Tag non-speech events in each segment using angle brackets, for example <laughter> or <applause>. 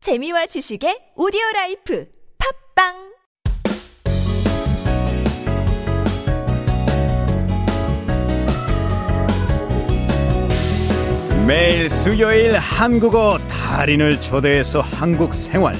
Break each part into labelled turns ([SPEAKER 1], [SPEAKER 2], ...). [SPEAKER 1] 재미와 지식의 오디오 라이프 팝빵
[SPEAKER 2] 매일 수요일 한국어 달인을 초대해서 한국 생활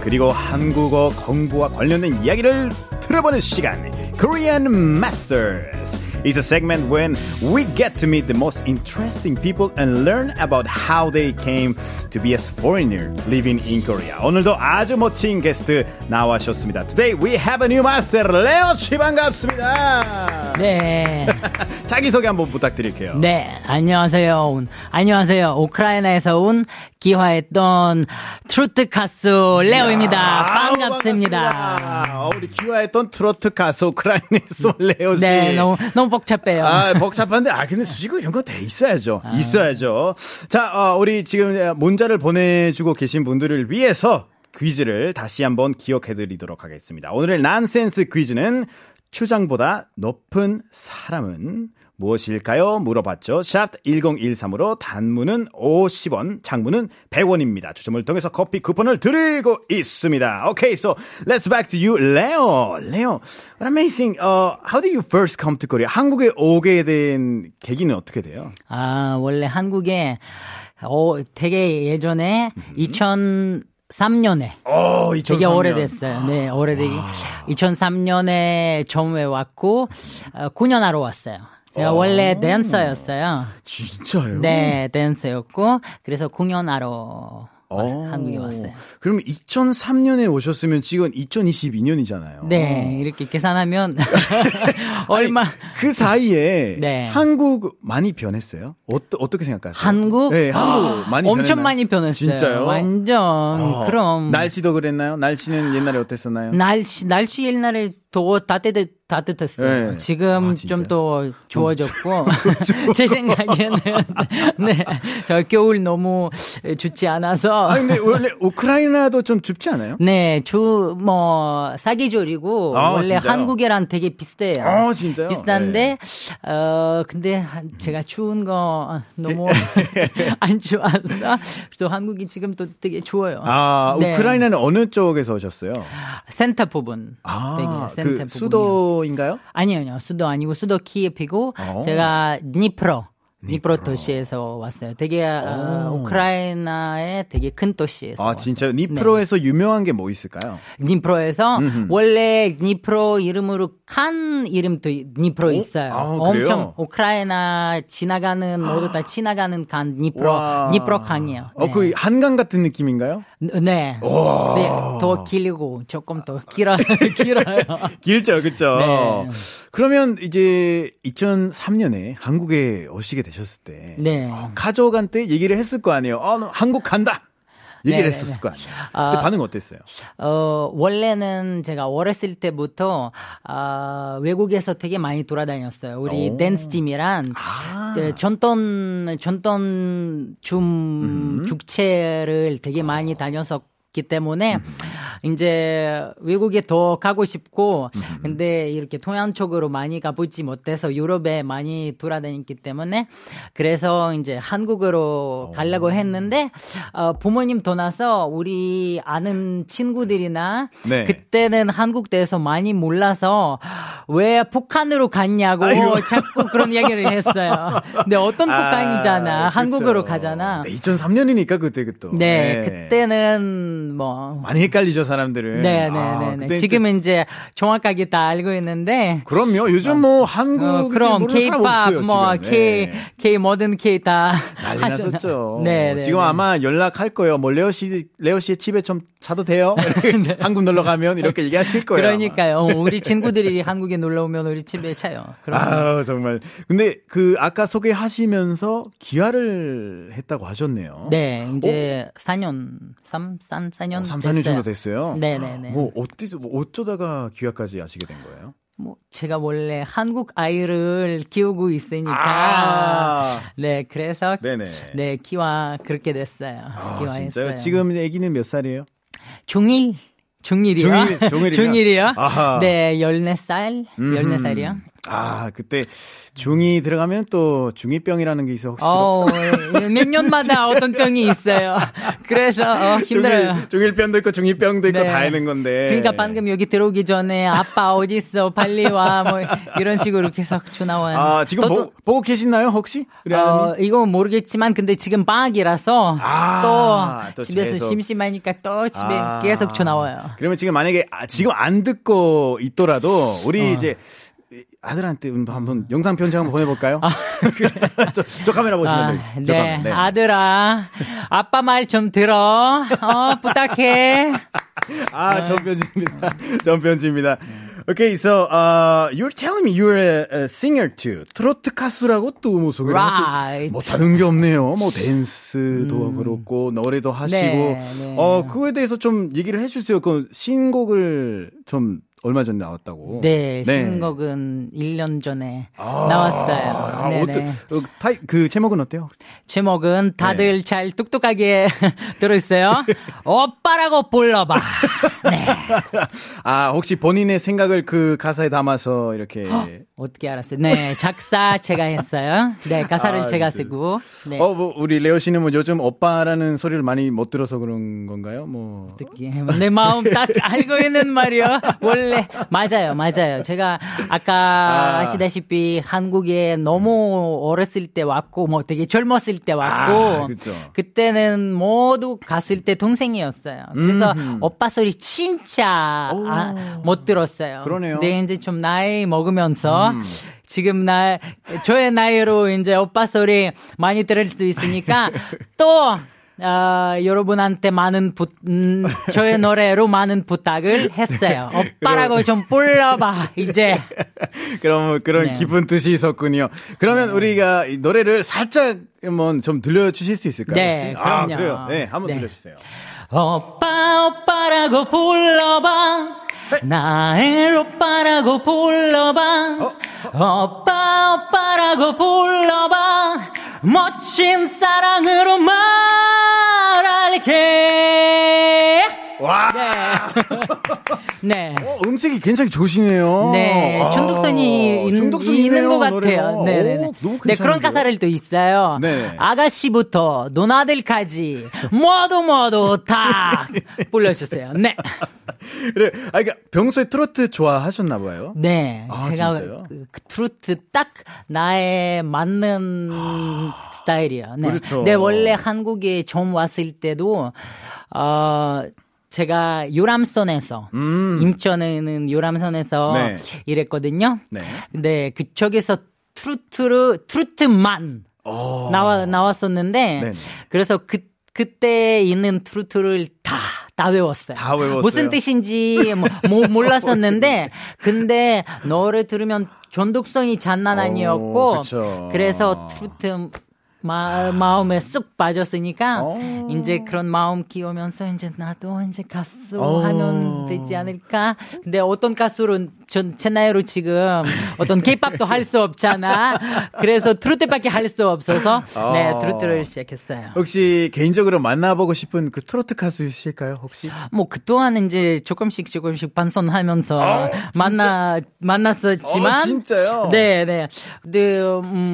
[SPEAKER 2] 그리고 한국어 공부와 관련된 이야기를 들어보는 시간 Korean Masters is a segment when we get to meet the most interesting people and learn about how they came to be as foreigner living in Korea. 오늘도 아주 멋진 게스트 나와셨습니다. Today we have a new master, 레오 씨 반갑습니다.
[SPEAKER 3] 네.
[SPEAKER 2] 자기소개 한번 부탁드릴게요.
[SPEAKER 3] 네. 안녕하세요. 온- 안녕하세요. 우크라이나에서 온 기화했던 트로트카스 레오입니다.
[SPEAKER 2] 아우,
[SPEAKER 3] 반갑습니다.
[SPEAKER 2] 반갑습니다. 어, 우리 귀화했던 트로트 가수 우크라이나에서 레오 씨.
[SPEAKER 3] 네. 너무, 너무 복잡해요.
[SPEAKER 2] 아, 복잡한데, 아, 근데 수식어 이런 거 돼 있어야죠.
[SPEAKER 3] 아.
[SPEAKER 2] 있어야죠. 자, 어, 우리 지금 문자를 보내주고 계신 분들을 위해서 퀴즈를 다시 한번 기억해 드리도록 하겠습니다. 오늘의 난센스 퀴즈는 추장보다 높은 사람은 무엇일까요? 물어봤죠. 샵 1013으로 단문은 50원, 장문은 100원입니다. 추첨을 통해서 커피 쿠폰을 드리고 있습니다. Okay, so let's back to you, Leo. Leo, what amazing. Uh, how did you first come to Korea? 한국에 오게 된 계기는 어떻게 돼요?
[SPEAKER 3] 아, 원래 한국에, 어, 되게 예전에 2003년에
[SPEAKER 2] 어, 2003년.
[SPEAKER 3] 되게 오래됐어요. 네, 오래되기. 2003년에 처음에 왔고, 어, 공연하러 왔어요. 제가 원래 댄서였어요.
[SPEAKER 2] 진짜요?
[SPEAKER 3] 네, 댄스였고 그래서 공연하러
[SPEAKER 2] 어.
[SPEAKER 3] 왔- 한국에 왔어요.
[SPEAKER 2] 그럼 2003년에 오셨으면 지금 2022년이잖아요.
[SPEAKER 3] 네, 이렇게
[SPEAKER 2] <laughs>
[SPEAKER 3] 계산하면 얼마
[SPEAKER 2] 아니, 그 사이에
[SPEAKER 3] <laughs> 네.
[SPEAKER 2] 한국 많이 변했어요? 어, 어떻게 생각하세요?
[SPEAKER 3] 한국?
[SPEAKER 2] 네, 한국
[SPEAKER 3] 아,
[SPEAKER 2] 많이
[SPEAKER 3] 엄청
[SPEAKER 2] 변했나요?
[SPEAKER 3] 많이 변했어요.
[SPEAKER 2] 진짜요?
[SPEAKER 3] 완전
[SPEAKER 2] 어,
[SPEAKER 3] 그럼
[SPEAKER 2] 날씨도 그랬나요? 날씨는 옛날에 어땠었나요?
[SPEAKER 3] 날씨 날씨 옛날에 더 따뜻 따뜻했어요.
[SPEAKER 2] 네.
[SPEAKER 3] 지금
[SPEAKER 2] 아, 진짜요? 어,
[SPEAKER 3] 좀 더 좋아졌고 <laughs> 제 생각에는 네, 저 겨울 너무 좋지 않아서
[SPEAKER 2] 아 근데 원래 우크라이나도 좀 춥지 않아요?
[SPEAKER 3] 네, 주, 뭐, 사계절이고,
[SPEAKER 2] 아,
[SPEAKER 3] 원래
[SPEAKER 2] 진짜요?
[SPEAKER 3] 한국이랑 되게 비슷해요.
[SPEAKER 2] 아, 진짜요? 네.
[SPEAKER 3] 비슷한데, 어, 근데 한- 제가 추운 거 너무
[SPEAKER 2] 네.
[SPEAKER 3] <laughs> 안 좋아서, 또 한국이 지금 또 되게 추워요.
[SPEAKER 2] 아
[SPEAKER 3] 네.
[SPEAKER 2] 우크라이나는 어느 쪽에서 오셨어요?
[SPEAKER 3] 센터 부분.
[SPEAKER 2] 아
[SPEAKER 3] 되게 센터
[SPEAKER 2] 그
[SPEAKER 3] 부분이요.
[SPEAKER 2] 수도인가요?
[SPEAKER 3] 아니요, 아니요. 수도 아니고, 수도 키예프이고,
[SPEAKER 2] 어.
[SPEAKER 3] 제가 니프로. 니프로 도시에서 왔어요. 되게 어, 우크라이나의 되게 큰 도시에서
[SPEAKER 2] 아
[SPEAKER 3] 왔어요.
[SPEAKER 2] 진짜요?
[SPEAKER 3] 네.
[SPEAKER 2] 니프로에서 유명한 게 뭐 있을까요?
[SPEAKER 3] 니프로에서 원래 니프로 이름으로 칸 이름도 니프로
[SPEAKER 2] 오?
[SPEAKER 3] 있어요.
[SPEAKER 2] 아, 그래요?
[SPEAKER 3] 엄청 우크라이나 지나가는 모두 다 지나가는 칸 니프로
[SPEAKER 2] 와.
[SPEAKER 3] 니프로 칸이에요. 네.
[SPEAKER 2] 어그 한강 같은 느낌인가요?
[SPEAKER 3] 네. 네, 더 길고 조금 더 길어 <laughs> 길어요.
[SPEAKER 2] 길죠, 그죠?
[SPEAKER 3] 네.
[SPEAKER 2] 그러면 이제 2003년에 한국에 오시게 되셨을 때
[SPEAKER 3] 네.
[SPEAKER 2] 어, 가족한테 얘기를 했을 거 아니에요. 어, 너 한국 간다. 얘기를
[SPEAKER 3] 네,
[SPEAKER 2] 했었을
[SPEAKER 3] 네.
[SPEAKER 2] 거 아니에요. 그때
[SPEAKER 3] 아,
[SPEAKER 2] 반응 어땠어요?
[SPEAKER 3] 어, 원래는 제가 어렸을 때부터 아, 외국에서 되게 많이 돌아다녔어요. 우리
[SPEAKER 2] 오.
[SPEAKER 3] 댄스팀이란
[SPEAKER 2] 아.
[SPEAKER 3] 그 전통 전통
[SPEAKER 2] 음.
[SPEAKER 3] 춤 축제를 되게 많이 다녔었기 때문에
[SPEAKER 2] 음.
[SPEAKER 3] 이제 외국에 더 가고 싶고
[SPEAKER 2] 음.
[SPEAKER 3] 근데 이렇게 동양 쪽으로 많이 가보지 못해서 유럽에 많이 돌아다녔기 때문에 그래서 이제
[SPEAKER 2] 어.
[SPEAKER 3] 한국으로 가려고 했는데 어, 부모님 떠나서 우리 아는 친구들이나
[SPEAKER 2] 네.
[SPEAKER 3] 그때는 한국 대해서 많이 몰라서 왜 북한으로 갔냐고
[SPEAKER 2] 아이고.
[SPEAKER 3] 자꾸
[SPEAKER 2] <laughs>
[SPEAKER 3] 그런 얘기를 했어요. 근데 어떤 북한이잖아.
[SPEAKER 2] 아,
[SPEAKER 3] 한국으로
[SPEAKER 2] 그쵸.
[SPEAKER 3] 가잖아.
[SPEAKER 2] 네, 2003년이니까 그때 그때.
[SPEAKER 3] 네, 그때는 뭐.
[SPEAKER 2] 많이 헷갈리죠, 사람들은.
[SPEAKER 3] 네,
[SPEAKER 2] 아,
[SPEAKER 3] 네, 네.
[SPEAKER 2] 그때
[SPEAKER 3] 네. 지금은 이제 정확하게 다 알고 있는데.
[SPEAKER 2] 그럼요. 요즘 뭐 한국
[SPEAKER 3] 어, 그럼 K-pop, 뭐 K,
[SPEAKER 2] 네.
[SPEAKER 3] K 모든 K 다
[SPEAKER 2] 난리
[SPEAKER 3] 하잖아.
[SPEAKER 2] 났었죠.
[SPEAKER 3] 네, 네,
[SPEAKER 2] 지금
[SPEAKER 3] 네.
[SPEAKER 2] 아마 연락할 거예요. 뭐 레오 씨, 레오 씨의 집에 좀 자도
[SPEAKER 3] <laughs>
[SPEAKER 2] 돼요? 한국 놀러 가면 이렇게 얘기하실 거예요. 아마.
[SPEAKER 3] 네. 그러니까요. 어, 우리 친구들이 한국에 놀러 오면 우리 집에 차요. 그럼
[SPEAKER 2] 아 정말. 근데 그 아까 소개하시면서 기화를 했다고 하셨네요.
[SPEAKER 3] 네, 이제 4년, 3, 3, 4년.
[SPEAKER 2] 어, 3, 4년 정도 됐어요.
[SPEAKER 3] 네네네.
[SPEAKER 2] 뭐 어디서 뭐 어쩌다가 기화까지 아시게 된 거예요?
[SPEAKER 3] 뭐 제가 원래 한국 아이를 키우고 있으니까
[SPEAKER 2] 아.
[SPEAKER 3] 네 그래서
[SPEAKER 2] 네네. 아,
[SPEAKER 3] 네 키와 그렇게 됐어요.
[SPEAKER 2] 진짜요?
[SPEAKER 3] 키와했어요.
[SPEAKER 2] 지금 아기는 몇 살이에요?
[SPEAKER 3] 중일 중일이요.
[SPEAKER 2] 중일, 중일이면?
[SPEAKER 3] 이요
[SPEAKER 2] 아하. 음.
[SPEAKER 3] 네 열네 살 열네 살이요.
[SPEAKER 2] 아, 그때 중이 들어가면 또 중이병이라는 게 있어 혹시 들어?
[SPEAKER 3] 음. 어, 예, 몇 년마다 어떤 병이 있어요. 그래서 어, 힘들어요.
[SPEAKER 2] 중일, 중일병도 있고 중이병도 있고
[SPEAKER 3] 네.
[SPEAKER 2] 다 있는 건데.
[SPEAKER 3] 그러니까 방금 여기 들어오기 전에 아빠 어디 있어 빨리 와 뭐 이런 식으로 계속 주나와요.
[SPEAKER 2] 아, 지금 보, 보고 계시나요, 혹시? 우리 아나님?
[SPEAKER 3] 어, 이건 모르겠지만 근데 지금 방학이라서
[SPEAKER 2] 아,
[SPEAKER 3] 또
[SPEAKER 2] 또
[SPEAKER 3] 집에서
[SPEAKER 2] 계속.
[SPEAKER 3] 심심하니까 또 집에
[SPEAKER 2] 아.
[SPEAKER 3] 계속 주나와요.
[SPEAKER 2] 그러면 지금 만약에 아, 지금 안 듣고 있더라도 우리
[SPEAKER 3] 어.
[SPEAKER 2] 이제 아들한테 한번 영상 편지 한번 보내볼까요? <laughs> 저, 저 카메라 보시면
[SPEAKER 3] 아,
[SPEAKER 2] 되겠어요. 저
[SPEAKER 3] 네.
[SPEAKER 2] 카메라, 네.
[SPEAKER 3] 아들아, 아빠 말 좀 들어. 어,
[SPEAKER 2] <laughs>
[SPEAKER 3] 부탁해.
[SPEAKER 2] 아, 전편지입니다. <laughs> 전편지입니다. Okay, so uh, you're telling me you're a, a singer too. 트로트 가수라고 또 뭐 소개를 하시.
[SPEAKER 3] Right. 음.
[SPEAKER 2] 못하는 게 없네요. 뭐 댄스도 그렇고 노래도 하시고.
[SPEAKER 3] 네.
[SPEAKER 2] 어 그거에 대해서 좀 얘기를 해주세요. 그 신곡을 좀 얼마 전에 나왔다고.
[SPEAKER 3] 네, 신곡은 1년 전에
[SPEAKER 2] 아,
[SPEAKER 3] 나왔어요.
[SPEAKER 2] 어떠,
[SPEAKER 3] 네네.
[SPEAKER 2] 어, 타이, 그 제목은 어때요? <laughs>
[SPEAKER 3] 제목은 다들
[SPEAKER 2] 네.
[SPEAKER 3] 잘 똑똑하게 <laughs>
[SPEAKER 2] <laughs>
[SPEAKER 3] 들어있어요. 오빠라고 불러봐. 네.
[SPEAKER 2] 아 혹시 본인의 생각을 그 가사에 담아서 이렇게.
[SPEAKER 3] 어떻게 알았어요? 네, 작사 제가 했어요. 네, 가사를
[SPEAKER 2] 아, 네.
[SPEAKER 3] 제가 쓰고. 네.
[SPEAKER 2] 어, 뭐, 우리 레오 씨는 뭐 요즘 오빠라는 소리를 많이 못 들어서 그런 건가요? 뭐. <laughs>
[SPEAKER 3] 어떻게 내 마음 딱 알고 있는 말이요. 원래 맞아요, 맞아요. 제가 아까
[SPEAKER 2] 아.
[SPEAKER 3] 아. 시다시피 한국에 너무 어렸을 때 왔고 뭐 되게 젊었을 때 왔고
[SPEAKER 2] 아, 그쵸.
[SPEAKER 3] 그때는 모두 갔을 때 동생이었어요. 그래서 오빠 소리 진짜 아, 못 들었어요.
[SPEAKER 2] 그러네요. 음.
[SPEAKER 3] 근데 이제 좀 나이 먹으면서 지금 나 저의 나이로 이제 오빠 소리 많이 들을 수
[SPEAKER 2] <laughs>
[SPEAKER 3] 있으니까 또 어, 여러분한테 많은 부, 음, 저의 노래로 많은
[SPEAKER 2] <laughs> 네.
[SPEAKER 3] 부탁을 했어요. 오빠라고 좀 불러봐 이제.
[SPEAKER 2] 그럼 그런
[SPEAKER 3] 네.
[SPEAKER 2] 깊은 뜻이 있었군요. 그러면 우리가 이 노래를 살짝 한번 좀 들려주실 수 있을까요?
[SPEAKER 3] 네,
[SPEAKER 2] 혹시? 아,
[SPEAKER 3] 그럼요.
[SPEAKER 2] 그래요. 네, 한번
[SPEAKER 3] 네.
[SPEAKER 2] 들려주세요.
[SPEAKER 3] 오빠 오빠라고 불러봐 나의 오빠라고 불러봐 오빠 오빠라고 불러봐 멋진 사랑으로 말할게
[SPEAKER 2] 와,
[SPEAKER 3] <laughs> 네.
[SPEAKER 2] 어, 음색이 굉장히 좋으시네요.
[SPEAKER 3] 네, 중독성이 있,
[SPEAKER 2] 아, 중독성이네요,
[SPEAKER 3] 는것
[SPEAKER 2] 노래가.
[SPEAKER 3] 같아요. 네, 네, 네.
[SPEAKER 2] 오, 너무
[SPEAKER 3] 네, 그런
[SPEAKER 2] 괜찮은데요?
[SPEAKER 3] 가사를 또 있어요.
[SPEAKER 2] 네.
[SPEAKER 3] 아가씨부터 누나들까지 모두 모두
[SPEAKER 2] <laughs>
[SPEAKER 3] 다 불러주세요. 네.
[SPEAKER 2] <laughs> 그래, 아, 그러니까 평소에 트로트 좋아하셨나 봐요.
[SPEAKER 3] 네,
[SPEAKER 2] 아,
[SPEAKER 3] 제가
[SPEAKER 2] 진짜요?
[SPEAKER 3] 그, 그 트로트 딱 나에 맞는 스타일이에요. 네.
[SPEAKER 2] 아, 그렇죠.
[SPEAKER 3] 네, 원래 한국에 처음 왔을 때도 어 제가 유람선에서 인천에는 유람선에서
[SPEAKER 2] 음. 네.
[SPEAKER 3] 일했거든요.
[SPEAKER 2] 네.
[SPEAKER 3] 네, 그쪽에서 트로트를 트로트만
[SPEAKER 2] 어.
[SPEAKER 3] 나와 나왔었는데
[SPEAKER 2] 네네.
[SPEAKER 3] 그래서 그 그때 있는 트로트를 다. 다 외웠어요.
[SPEAKER 2] 다 외웠어요? 어, 네.
[SPEAKER 3] 무슨 뜻인지 뭐, 뭐
[SPEAKER 2] <laughs>
[SPEAKER 3] 몰랐었는데, 근데 너를 들으면 전독성이 장난
[SPEAKER 2] 오,
[SPEAKER 3] 아니었고,
[SPEAKER 2] 어, 그쵸.
[SPEAKER 3] 그래서 트로트 마, 마음에 쑥 빠졌으니까,
[SPEAKER 2] 어.
[SPEAKER 3] 이제 그런 마음 키우면서 이제 나도 이제 가수
[SPEAKER 2] 어.
[SPEAKER 3] 하면 되지 않을까? 근데 어떤 가수로 전제 나이로 지금 어떤 케이팝도 할 수 없잖아. 그래서 트로트밖에 할 수 없어서 네
[SPEAKER 2] 어.
[SPEAKER 3] 트로트를 시작했어요.
[SPEAKER 2] 혹시 개인적으로 만나보고 싶은 그 트로트 가수이실까요, 혹시?
[SPEAKER 3] 뭐 그동안 이제 조금씩 조금씩 반성하면서 만나 만났었지만
[SPEAKER 2] 어, 아, 진짜요?
[SPEAKER 3] 네, 네. 근데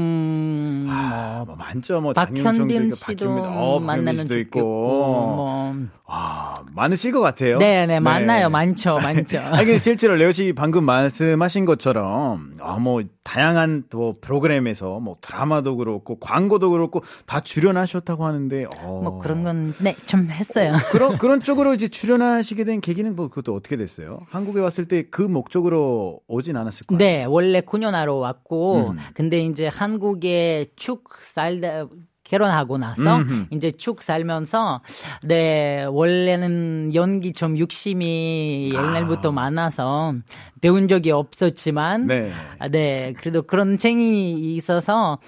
[SPEAKER 3] 음 뭐,
[SPEAKER 2] 뭐 많죠, 뭐 장윤정도
[SPEAKER 3] 박현빈
[SPEAKER 2] 있고,
[SPEAKER 3] 씨도
[SPEAKER 2] 박현빈, 어, 박현빈
[SPEAKER 3] 만나면
[SPEAKER 2] 씨도
[SPEAKER 3] 좋겠고
[SPEAKER 2] 있고,
[SPEAKER 3] 뭐
[SPEAKER 2] 와, 많으실 것 같아요.
[SPEAKER 3] 네, 네, 만나요. 많죠. 많죠.
[SPEAKER 2] <laughs> 아니,
[SPEAKER 3] <laughs>
[SPEAKER 2] 근데 실제로 레오 씨 방금 말씀하신 것처럼, 아, 뭐, 다양한 또 프로그램에서 뭐 드라마도 그렇고, 광고도 그렇고, 다 출연하셨다고 하는데, 어.
[SPEAKER 3] 뭐 그런 건 네, 좀 했어요.
[SPEAKER 2] 그런, 그런 쪽으로 이제 출연하시게 된 계기는 뭐, 그것도 어떻게 됐어요? 한국에 왔을 때 그 목적으로 오진 않았을 거예요.
[SPEAKER 3] 네, 음. 원래 9년 하러 왔고, 근데 이제 한국에 축 살다, 결혼하고 나서 이제 쭉 살면서 네 원래는 연기 좀 욕심이 옛날부터 많아서 배운 적이 없었지만
[SPEAKER 2] 네.
[SPEAKER 3] 아, 네 그래도 그런 쟁이 있어서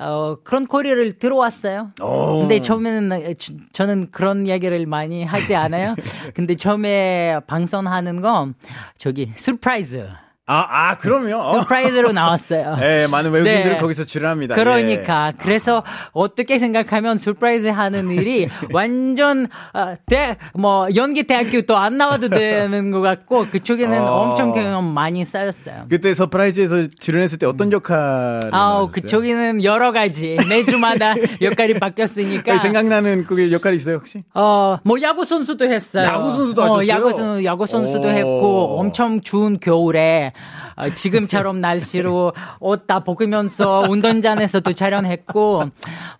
[SPEAKER 3] 어 그런 코리를 들어왔어요.
[SPEAKER 2] 오.
[SPEAKER 3] 근데 처음에는 어, 저- 저는 그런 이야기를 많이 <laughs> 하지 않아요. 근데 처음에 방송하는 건 저기 surprise
[SPEAKER 2] 아, 아, 그러면. 어. <laughs>
[SPEAKER 3] 서프라이즈로 나왔어요.
[SPEAKER 2] 예, 많은 외국인들이
[SPEAKER 3] 네.
[SPEAKER 2] 거기서 출연합니다.
[SPEAKER 3] 그러니까 그래서 어떻게 생각하면 surprise 하는
[SPEAKER 2] <laughs>
[SPEAKER 3] 일이 완전 아, 대, 뭐 연기 대학교 또 안 나와도 되는 것 같고 그쪽에는
[SPEAKER 2] 어.
[SPEAKER 3] 엄청 경험 많이 쌓였어요.
[SPEAKER 2] 예. 그때 서프라이즈에서 출연했을 때 어떤 역할을
[SPEAKER 3] 음. 아우
[SPEAKER 2] 맡으셨어요?
[SPEAKER 3] 그쪽에는 여러 가지 매주마다 역할이 바뀌었으니까
[SPEAKER 2] 아니, 생각나는 그게 역할이 있어요, 혹시?
[SPEAKER 3] 어, 뭐 야구 선수도 했어요.
[SPEAKER 2] 야구 선수도 하셨어요? 어.
[SPEAKER 3] 야구 선수, 야구 선수도
[SPEAKER 2] 오.
[SPEAKER 3] 했고 엄청 추운 겨울에 어,
[SPEAKER 2] <laughs>
[SPEAKER 3] 지금처럼 날씨로 옷 다 벗으면서 운동장에서도 촬영했고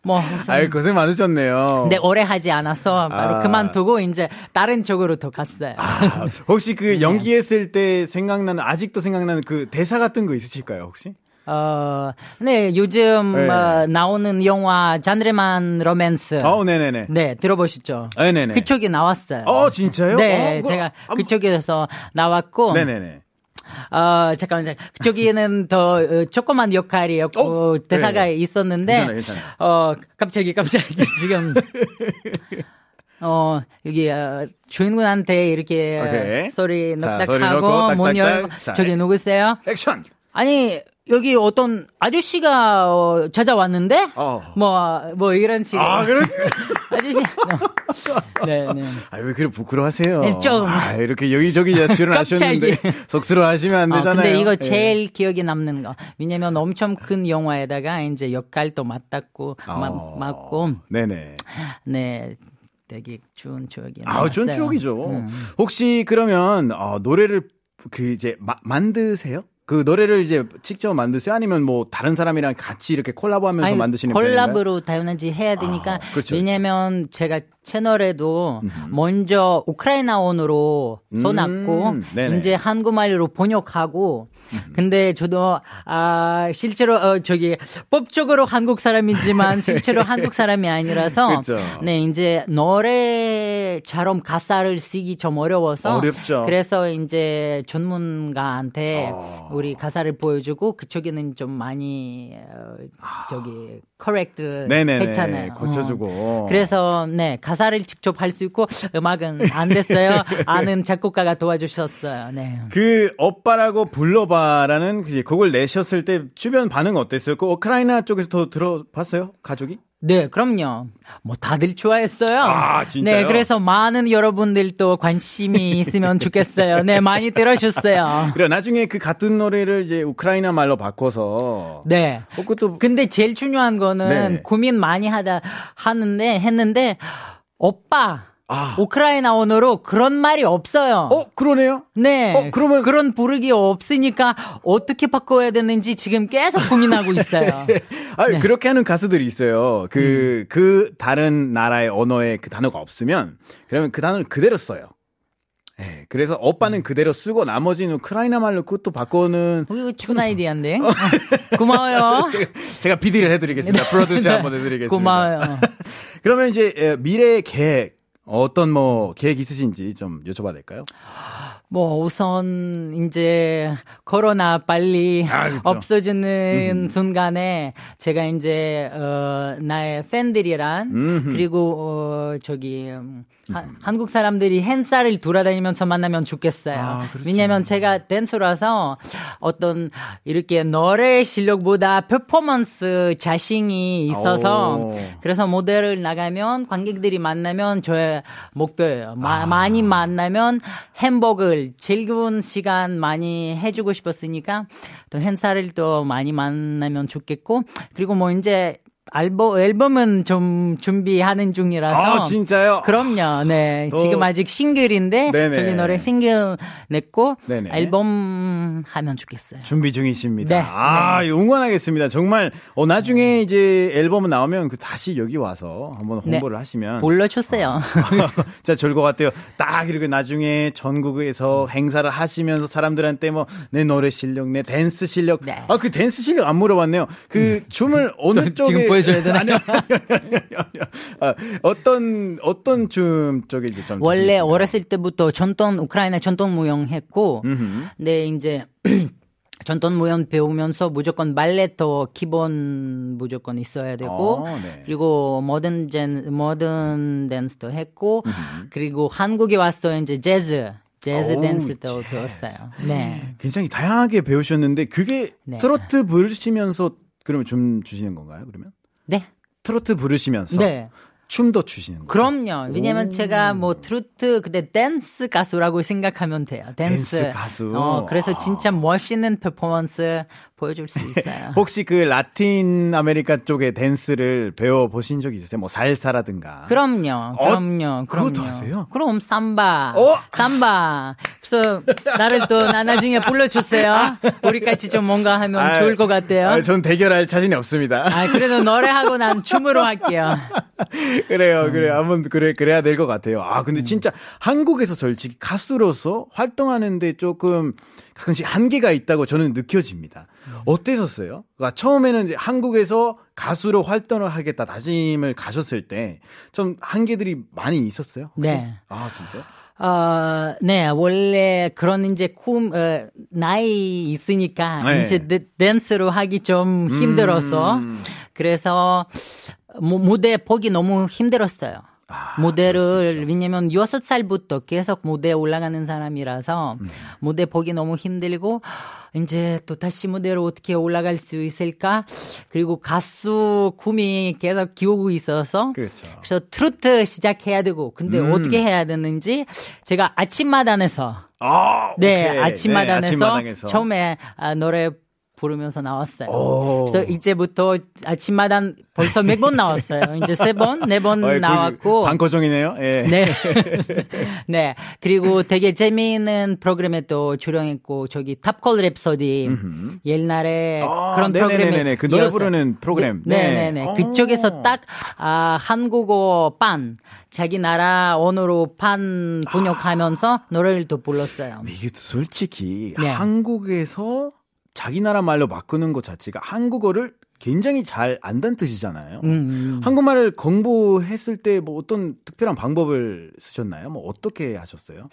[SPEAKER 3] 뭐
[SPEAKER 2] 아유, 고생 많으셨네요.
[SPEAKER 3] 근데 오래 하지 않아서 바로
[SPEAKER 2] 아.
[SPEAKER 3] 그만두고 이제 다른 쪽으로 더 갔어요.
[SPEAKER 2] 아, 혹시
[SPEAKER 3] 네.
[SPEAKER 2] 그 연기했을 때 생각나는 아직도 생각나는 그 대사 같은 거 있으실까요, 혹시?
[SPEAKER 3] 어, 네 요즘
[SPEAKER 2] 네.
[SPEAKER 3] 어, 나오는 영화 잔드레만 로맨스.
[SPEAKER 2] 어, 네네네.
[SPEAKER 3] 네 들어보셨죠?
[SPEAKER 2] 네네네.
[SPEAKER 3] 그쪽에 나왔어요.
[SPEAKER 2] 어, 진짜요?
[SPEAKER 3] 네,
[SPEAKER 2] 어, 그거
[SPEAKER 3] 제가
[SPEAKER 2] 아무-
[SPEAKER 3] 그쪽에서 나왔고,
[SPEAKER 2] 네네네.
[SPEAKER 3] 어, 잠깐만, 잠깐. 그쪽에는 더 어, 조그만 역할이었고,
[SPEAKER 2] 어?
[SPEAKER 3] 대사가
[SPEAKER 2] 네.
[SPEAKER 3] 있었는데,
[SPEAKER 2] 괜찮아요, 괜찮아요.
[SPEAKER 3] 어, 갑자기, 갑자기 <laughs> 지금. 어, 여기, 어, 주인공한테 이렇게
[SPEAKER 2] 오케이.
[SPEAKER 3] 소리
[SPEAKER 2] 자, 소리 넣고
[SPEAKER 3] 넉닥하고, 문
[SPEAKER 2] 딱딱딱.
[SPEAKER 3] 열고,
[SPEAKER 2] 자. 예.
[SPEAKER 3] 저기 누구세요?
[SPEAKER 2] 액션!
[SPEAKER 3] 아니, 여기 어떤 아저씨가 어, 찾아왔는데?
[SPEAKER 2] 어.
[SPEAKER 3] 뭐, 뭐 이런 식으로.
[SPEAKER 2] 아, 그래?
[SPEAKER 3] 아저씨. 네, 네.
[SPEAKER 2] <laughs> 아, 왜 그래 부끄러워하세요?
[SPEAKER 3] 네, 조금.
[SPEAKER 2] 아, 이렇게 여기저기 출연하셨는데 <laughs>
[SPEAKER 3] <laughs> 갑자기.
[SPEAKER 2] 쑥스러워하시면 안
[SPEAKER 3] 아,
[SPEAKER 2] 되잖아요.
[SPEAKER 3] 근데 이거
[SPEAKER 2] 예.
[SPEAKER 3] 제일 기억에 남는 거. 왜냐면 엄청 큰 영화에다가 이제 역할도 맡았고 마-
[SPEAKER 2] 어.
[SPEAKER 3] 맡고
[SPEAKER 2] 네네.
[SPEAKER 3] 네 되게 좋은 추억이
[SPEAKER 2] 아, 전
[SPEAKER 3] 남았어요. 음.
[SPEAKER 2] 추억이죠. 혹시 그러면 어, 노래를 그 이제 마- 만드세요? 그 노래를 이제 직접 만드세요? 아니면 뭐 다른 사람이랑 같이 이렇게 콜라보하면서
[SPEAKER 3] 아니,
[SPEAKER 2] 만드시는 편인가요?
[SPEAKER 3] 콜라보로 당연하지 해야 되니까
[SPEAKER 2] 아, 그렇죠. 음.
[SPEAKER 3] 왜냐면 제가 채널에도 먼저 우크라이나어로 써놨고
[SPEAKER 2] 음, 네네. 음.
[SPEAKER 3] 이제 한국말로 번역하고 근데 저도 아 실제로 어, 저기 법적으로
[SPEAKER 2] <laughs>
[SPEAKER 3] 한국 사람이지만 실제로 한국 사람이 아니라서
[SPEAKER 2] 그렇죠.
[SPEAKER 3] 네 이제 노래처럼 가사를 쓰기 좀 어려워서
[SPEAKER 2] 어렵죠.
[SPEAKER 3] 그래서 이제 전문가한테
[SPEAKER 2] 아.
[SPEAKER 3] 우리 가사를 보여주고 그쪽에는 좀 많이 어, 저기 커렉트
[SPEAKER 2] 아. 네네네.
[SPEAKER 3] 했잖아요.
[SPEAKER 2] 고쳐주고.
[SPEAKER 3] 어. 그래서 네 가사를 직접 할 수 있고 음악은 안
[SPEAKER 2] <laughs>
[SPEAKER 3] 됐어요. 아는 작곡가가 도와주셨어요. 네.
[SPEAKER 2] 그 오빠라고 불러봐라는 그- 그걸 내셨을 때 주변 반응 어땠어요? 그 우크라이나 쪽에서 더 들어봤어요? 가족이?
[SPEAKER 3] 네, 그럼요. 뭐 다들 좋아했어요.
[SPEAKER 2] 아, 진짜요?
[SPEAKER 3] 네, 그래서 많은 여러분들도 관심이 있으면 좋겠어요. 네,
[SPEAKER 2] <laughs>
[SPEAKER 3] 많이 들어주셨어요.
[SPEAKER 2] 그래 나중에 그 같은 노래를 이제 우크라이나 말로 바꿔서
[SPEAKER 3] 네.
[SPEAKER 2] 어, 그것도
[SPEAKER 3] 근데 제일 중요한 거는
[SPEAKER 2] 네.
[SPEAKER 3] 고민 많이 하다 하는데 했는데 오빠
[SPEAKER 2] 아.
[SPEAKER 3] 우크라이나 언어로 그런 말이 없어요.
[SPEAKER 2] 어 그러네요.
[SPEAKER 3] 네.
[SPEAKER 2] 어, 그러면-
[SPEAKER 3] 런 부르기 없으니까 어떻게 바꿔야 되는지 지금
[SPEAKER 2] <laughs>
[SPEAKER 3] 계속 고민하고 있어요.
[SPEAKER 2] 아
[SPEAKER 3] 네.
[SPEAKER 2] 그렇게 하는 가수들이 있어요. 그 그
[SPEAKER 3] 음.
[SPEAKER 2] 다른 나라의 언어에 그 단어가 없으면 그러면 그 단어를 그대로 써요. 예. 그래서
[SPEAKER 3] 음.
[SPEAKER 2] 오빠는 그대로 쓰고 나머지는 우크라이나 말로 그것도 바꾸는
[SPEAKER 3] 어, 이거 좋은 아이디어인데.
[SPEAKER 2] <laughs>
[SPEAKER 3] 고마워요.
[SPEAKER 2] 제가, 제가 비디를 해드리겠습니다. 프로듀스 한번 해드리겠습니다.
[SPEAKER 3] 아. 네. 고마워요.
[SPEAKER 2] 그러면 이제 에, 미래의 계획 어떤 뭐 계획 있으신지 좀 여쭤봐도 될까요?
[SPEAKER 3] 뭐 우선 이제 코로나 빨리
[SPEAKER 2] 아, 그렇죠. 음.
[SPEAKER 3] 없어지는 순간에 제가 이제 어 나의 팬들이란 그리고 어 저기 음, 하- 한국 사람들이 행사를 돌아다니면서 만나면 좋겠어요.
[SPEAKER 2] 아, 그렇죠.
[SPEAKER 3] 왜냐면 제가 댄서라서 어떤 이렇게 노래 실력보다 퍼포먼스 자신이 있어서
[SPEAKER 2] 오.
[SPEAKER 3] 그래서 모델을 나가면 관객들이 만나면 저의 목표예요. 마- 많이 만나면 행복을 즐거운 시간 많이 해주고 싶었으니까 또 행사를 또 많이 만나면 좋겠고 그리고 뭐 이제 앨범 앨범은 좀 준비하는 중이라서
[SPEAKER 2] 아 진짜요?
[SPEAKER 3] 그럼요. 네.
[SPEAKER 2] 또-
[SPEAKER 3] 지금 아직 싱글인데
[SPEAKER 2] 네네.
[SPEAKER 3] 저기 노래 싱글 냈고
[SPEAKER 2] 네네.
[SPEAKER 3] 앨범 하면 좋겠어요.
[SPEAKER 2] 준비 중이십니다.
[SPEAKER 3] 네, 음.
[SPEAKER 2] 아 응원하겠습니다. 정말 어, 나중에 이제 앨범 나오면 그 다시 여기 와서 한번
[SPEAKER 3] 네.
[SPEAKER 2] 홍보를 하시면
[SPEAKER 3] 몰라줬어요.
[SPEAKER 2] <laughs> 진짜 절것 같아요. 딱 이렇게 나중에
[SPEAKER 3] 음.
[SPEAKER 2] 전국에서 행사를 하시면서 사람들한테 뭐 내 노래 실력, 내 댄스 실력.
[SPEAKER 3] 네.
[SPEAKER 2] 아 그 댄스 실력 안 물어봤네요. 그
[SPEAKER 3] <laughs>
[SPEAKER 2] 춤을 어느
[SPEAKER 3] 저
[SPEAKER 2] 쪽에
[SPEAKER 3] 지금 보여줘야 되나요?
[SPEAKER 2] 아니요, 아니요, 아니요, 아니요. 아, 어떤 어떤 춤 쪽에 이제 좀
[SPEAKER 3] 원래
[SPEAKER 2] 자신 있을까요?
[SPEAKER 3] 어렸을 때부터 전통 우크라이나 전통 무용 했고, 근데 이제 <clears throat> 전통 무용 배우면서 무조건 발레터 기본 무조건 있어야 되고,
[SPEAKER 2] 아, 네.
[SPEAKER 3] 그리고 모던 젠 모던 댄스도 했고, 그리고 한국에 와서 이제 재즈 재즈
[SPEAKER 2] 오,
[SPEAKER 3] 댄스도
[SPEAKER 2] 재즈.
[SPEAKER 3] 배웠어요. 네.
[SPEAKER 2] 굉장히 다양하게 배우셨는데 그게
[SPEAKER 3] 네.
[SPEAKER 2] 트로트 부르시면서 그러면 좀 주시는 건가요? 그러면
[SPEAKER 3] 네.
[SPEAKER 2] 트로트 부르시면서
[SPEAKER 3] 네.
[SPEAKER 2] 춤도 추시는 거예요?
[SPEAKER 3] 그럼요. 왜냐면 제가 뭐 트로트 근데 댄스 가수라고 생각하면 돼요. 댄스,
[SPEAKER 2] 댄스 가수.
[SPEAKER 3] 어, 그래서
[SPEAKER 2] 아.
[SPEAKER 3] 진짜 멋있는 퍼포먼스 보여줄 수
[SPEAKER 2] <laughs>
[SPEAKER 3] 있어요.
[SPEAKER 2] 혹시 그 라틴 아메리카 쪽의 댄스를 배워 보신 적 있으세요? 뭐 살사라든가.
[SPEAKER 3] 그럼요, 그럼요, 그럼요.
[SPEAKER 2] 어? 그것도 아세요?
[SPEAKER 3] 그럼 삼바,
[SPEAKER 2] 어?
[SPEAKER 3] 삼바. 그래서 나를 또 나 나중에 불러주세요. 우리 같이 좀 뭔가 하면
[SPEAKER 2] 아,
[SPEAKER 3] 좋을 것 같아요.
[SPEAKER 2] 아, 전 대결할 자신이 없습니다.
[SPEAKER 3] 아, 그래도 노래하고 난 춤으로
[SPEAKER 2] <laughs>
[SPEAKER 3] 할게요. 음.
[SPEAKER 2] 그래요, 그래. 한번 그래 그래야 될 것 같아요. 아, 근데 진짜 한국에서 솔직히 가수로서 활동하는데 조금 가끔씩 한계가 있다고 저는 느껴집니다.
[SPEAKER 3] 음.
[SPEAKER 2] 어땠었어요? 그러니까 처음에는 이제 한국에서 가수로 활동을 하겠다 다짐을 가셨을 때 좀 한계들이 많이 있었어요? 혹시?
[SPEAKER 3] 네.
[SPEAKER 2] 아, 진짜? 요
[SPEAKER 3] 어, 네, 원래 그런 이제 꿈, 어, 나이 있으니까
[SPEAKER 2] 네.
[SPEAKER 3] 이제 댄- 댄스로 하기 좀 힘들어서 그래서 뭐, 무대 보기 너무 힘들었어요. 무대를 왜냐면 여섯 살부터 계속 무대에 올라가는 사람이라서 무대 보기 너무 힘들고 이제 또 다시 무대로 어떻게 올라갈 수 있을까 그리고 가수 꿈이 계속 기우고 있어서
[SPEAKER 2] 그렇죠. 음.
[SPEAKER 3] 그래서 트로트 시작해야 되고 근데 어떻게 해야 되는지 제가 아침마당에서
[SPEAKER 2] 아,
[SPEAKER 3] 네
[SPEAKER 2] 오케이.
[SPEAKER 3] 아침마당에서,
[SPEAKER 2] 네, 아침마당에서.
[SPEAKER 3] 처음에 아, 노래 부르면서 나왔어요.
[SPEAKER 2] 오.
[SPEAKER 3] 그래서 이제부터 아침마당 벌써 몇 번 나왔어요. 이제 세 번, 네 번
[SPEAKER 2] <laughs> 어이, 그
[SPEAKER 3] 나왔고
[SPEAKER 2] 방거종이네요. 예.
[SPEAKER 3] 네. <laughs> 네. 그리고 되게 재미있는 프로그램에 또 출연했고, 저기 탑콜 랩소디 옛날에
[SPEAKER 2] 아,
[SPEAKER 3] 그런
[SPEAKER 2] 네네네네.
[SPEAKER 3] 프로그램에.
[SPEAKER 2] 그 노래
[SPEAKER 3] 이어서-
[SPEAKER 2] 부르는 프로그램. 네.
[SPEAKER 3] 네. 네네
[SPEAKER 2] 어.
[SPEAKER 3] 그쪽에서 딱, 아, 한국어 반, 자기 나라 언어로 반
[SPEAKER 2] 아.
[SPEAKER 3] 번역하면서 노래를 또 불렀어요.
[SPEAKER 2] 이게 솔직히
[SPEAKER 3] 네.
[SPEAKER 2] 한국에서 자기 나라 말로 바꾸는 것 자체가 한국어를 굉장히 잘 안다는 뜻이잖아요.
[SPEAKER 3] 음,
[SPEAKER 2] 한국말을 공부했을 때 뭐 어떤 특별한 방법을 쓰셨나요? 뭐 어떻게 하셨어요?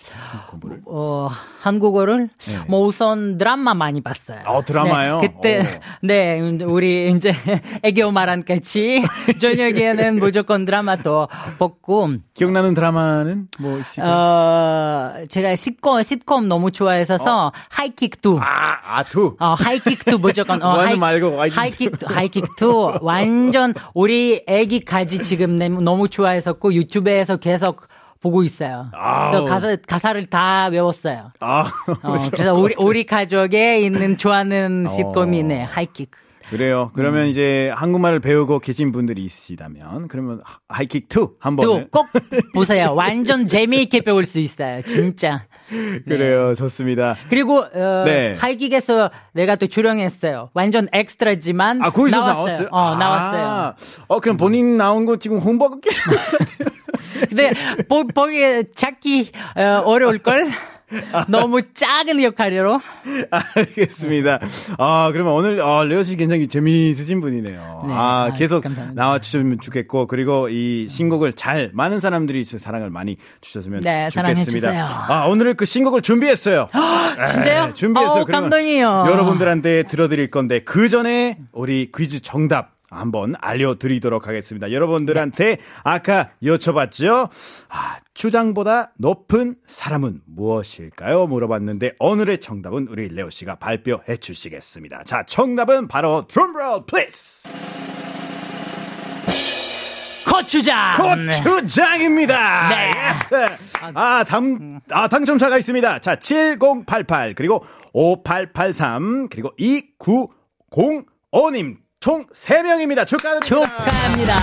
[SPEAKER 2] 공부를?
[SPEAKER 3] 어, 한국어를
[SPEAKER 2] 네.
[SPEAKER 3] 뭐 우선 드라마 많이 봤어요.
[SPEAKER 2] 어, 드라마요?
[SPEAKER 3] 네, 그때 네 우리 이제 <laughs> 애교 말한
[SPEAKER 2] <laughs>
[SPEAKER 3] 같이 저녁에는 무조건 드라마도 보고
[SPEAKER 2] 기억나는 드라마는 뭐 있을까요?
[SPEAKER 3] 어 제가 시콤 시콤 너무 좋아해서서 하이킥 투
[SPEAKER 2] 어. 아, 아투.
[SPEAKER 3] 어, 하이킥도 무조건, 어,
[SPEAKER 2] 원은 말고 하이킥도.
[SPEAKER 3] 하이킥도, 하이킥도 완전 우리 애기까지 지금 내- 너무 좋아했었고, 유튜브에서 계속 보고 있어요.
[SPEAKER 2] 아우.
[SPEAKER 3] 그래서 가사, 가사를 다 외웠어요.
[SPEAKER 2] 아,
[SPEAKER 3] 어, 그래서 우리 우리 가족에 있는
[SPEAKER 2] 어.
[SPEAKER 3] 좋아하는 시트콤이네 하이킥.
[SPEAKER 2] 그래요.
[SPEAKER 3] 음.
[SPEAKER 2] 그러면 이제 한국말을 배우고 계신 분들이 있으시다면 그러면 하- 하이킥 2 한번
[SPEAKER 3] 또꼭 보세요. 완전 재미있게 배울 수 있어요. 진짜. 네.
[SPEAKER 2] 그래요. 좋습니다.
[SPEAKER 3] 그리고 어,
[SPEAKER 2] 네.
[SPEAKER 3] 하이킥에서 내가 또 출연했어요. 완전 엑스트라지만
[SPEAKER 2] 아, 거기서
[SPEAKER 3] 나왔어요.
[SPEAKER 2] 나왔어요?
[SPEAKER 3] 어, 나왔어요.
[SPEAKER 2] 아, 어, 그럼 본인 나온 거 지금 홍보하고 계시나요? <laughs>
[SPEAKER 3] 근데 보, 보기 찾기 어, 려울
[SPEAKER 2] <laughs>
[SPEAKER 3] 걸. 너무 작은 역할이로.
[SPEAKER 2] 알겠습니다. 아, 그러면 오늘, 아, 레오 씨 굉장히 재미있으신 분이네요.
[SPEAKER 3] 네,
[SPEAKER 2] 아,
[SPEAKER 3] 아,
[SPEAKER 2] 계속
[SPEAKER 3] 감사합니다.
[SPEAKER 2] 나와주셨으면 좋겠고, 그리고 이 신곡을 잘, 많은 사람들이 사랑을 많이 주셨으면
[SPEAKER 3] 네,
[SPEAKER 2] 좋겠습니다.
[SPEAKER 3] 사랑해주세요.
[SPEAKER 2] 아, 오늘 그 신곡을 준비했어요.
[SPEAKER 3] 진짜요?
[SPEAKER 2] 네, 준비해서
[SPEAKER 3] 어우,
[SPEAKER 2] 그러면
[SPEAKER 3] 감동이에요.
[SPEAKER 2] 여러분들한테 들어드릴 건데 그 전에 우리 퀴즈 정답 한번 알려드리도록 하겠습니다.
[SPEAKER 3] 네.
[SPEAKER 2] 여러분들한테 아까 여쭤봤죠. 아, 추장보다 높은 사람은 무엇일까요? 물어봤는데 오늘의 정답은 우리 레오 씨가 발표해 주시겠습니다. 자, 정답은 바로 드럼롤 플리즈.
[SPEAKER 3] 고추장.
[SPEAKER 2] 고추장입니다.
[SPEAKER 3] 네.
[SPEAKER 2] 예스. 아, 당, 아, 당첨자가 있습니다. 자, 7088, 그리고 5883, 그리고 2905님. 총 3명입니다. 축하드립니다.
[SPEAKER 3] 축하합니다.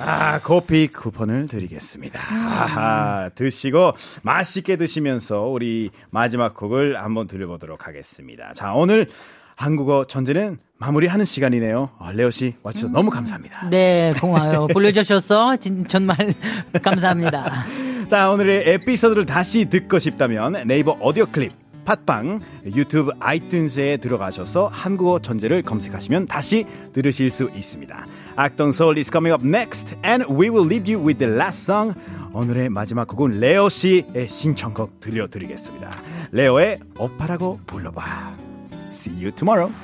[SPEAKER 2] 아, 커피 쿠폰을 드리겠습니다. 아하, 드시고 맛있게 드시면서 우리 마지막 곡을 한번 들려보도록 하겠습니다. 자, 오늘 한국어 전제는 마무리하는 시간이네요. 아, 레오 씨, 와주셔서 너무 감사합니다.
[SPEAKER 3] 네, 고마워요. 불러주셔서 진, 정말 감사합니다.
[SPEAKER 2] 자 오늘의 에피소드를 다시 듣고 싶다면 네이버 오디오 클립 팟빵 유튜브 아이튠즈에 들어가셔서 한국어 전제를 검색하시면 다시 들으실 수 있습니다. 악동 소울 is coming up next and we will leave you with the last song. 오늘의 마지막 곡은 레오 씨의 신청곡 들려드리겠습니다. 레오의 오빠라고 불러봐. See you tomorrow.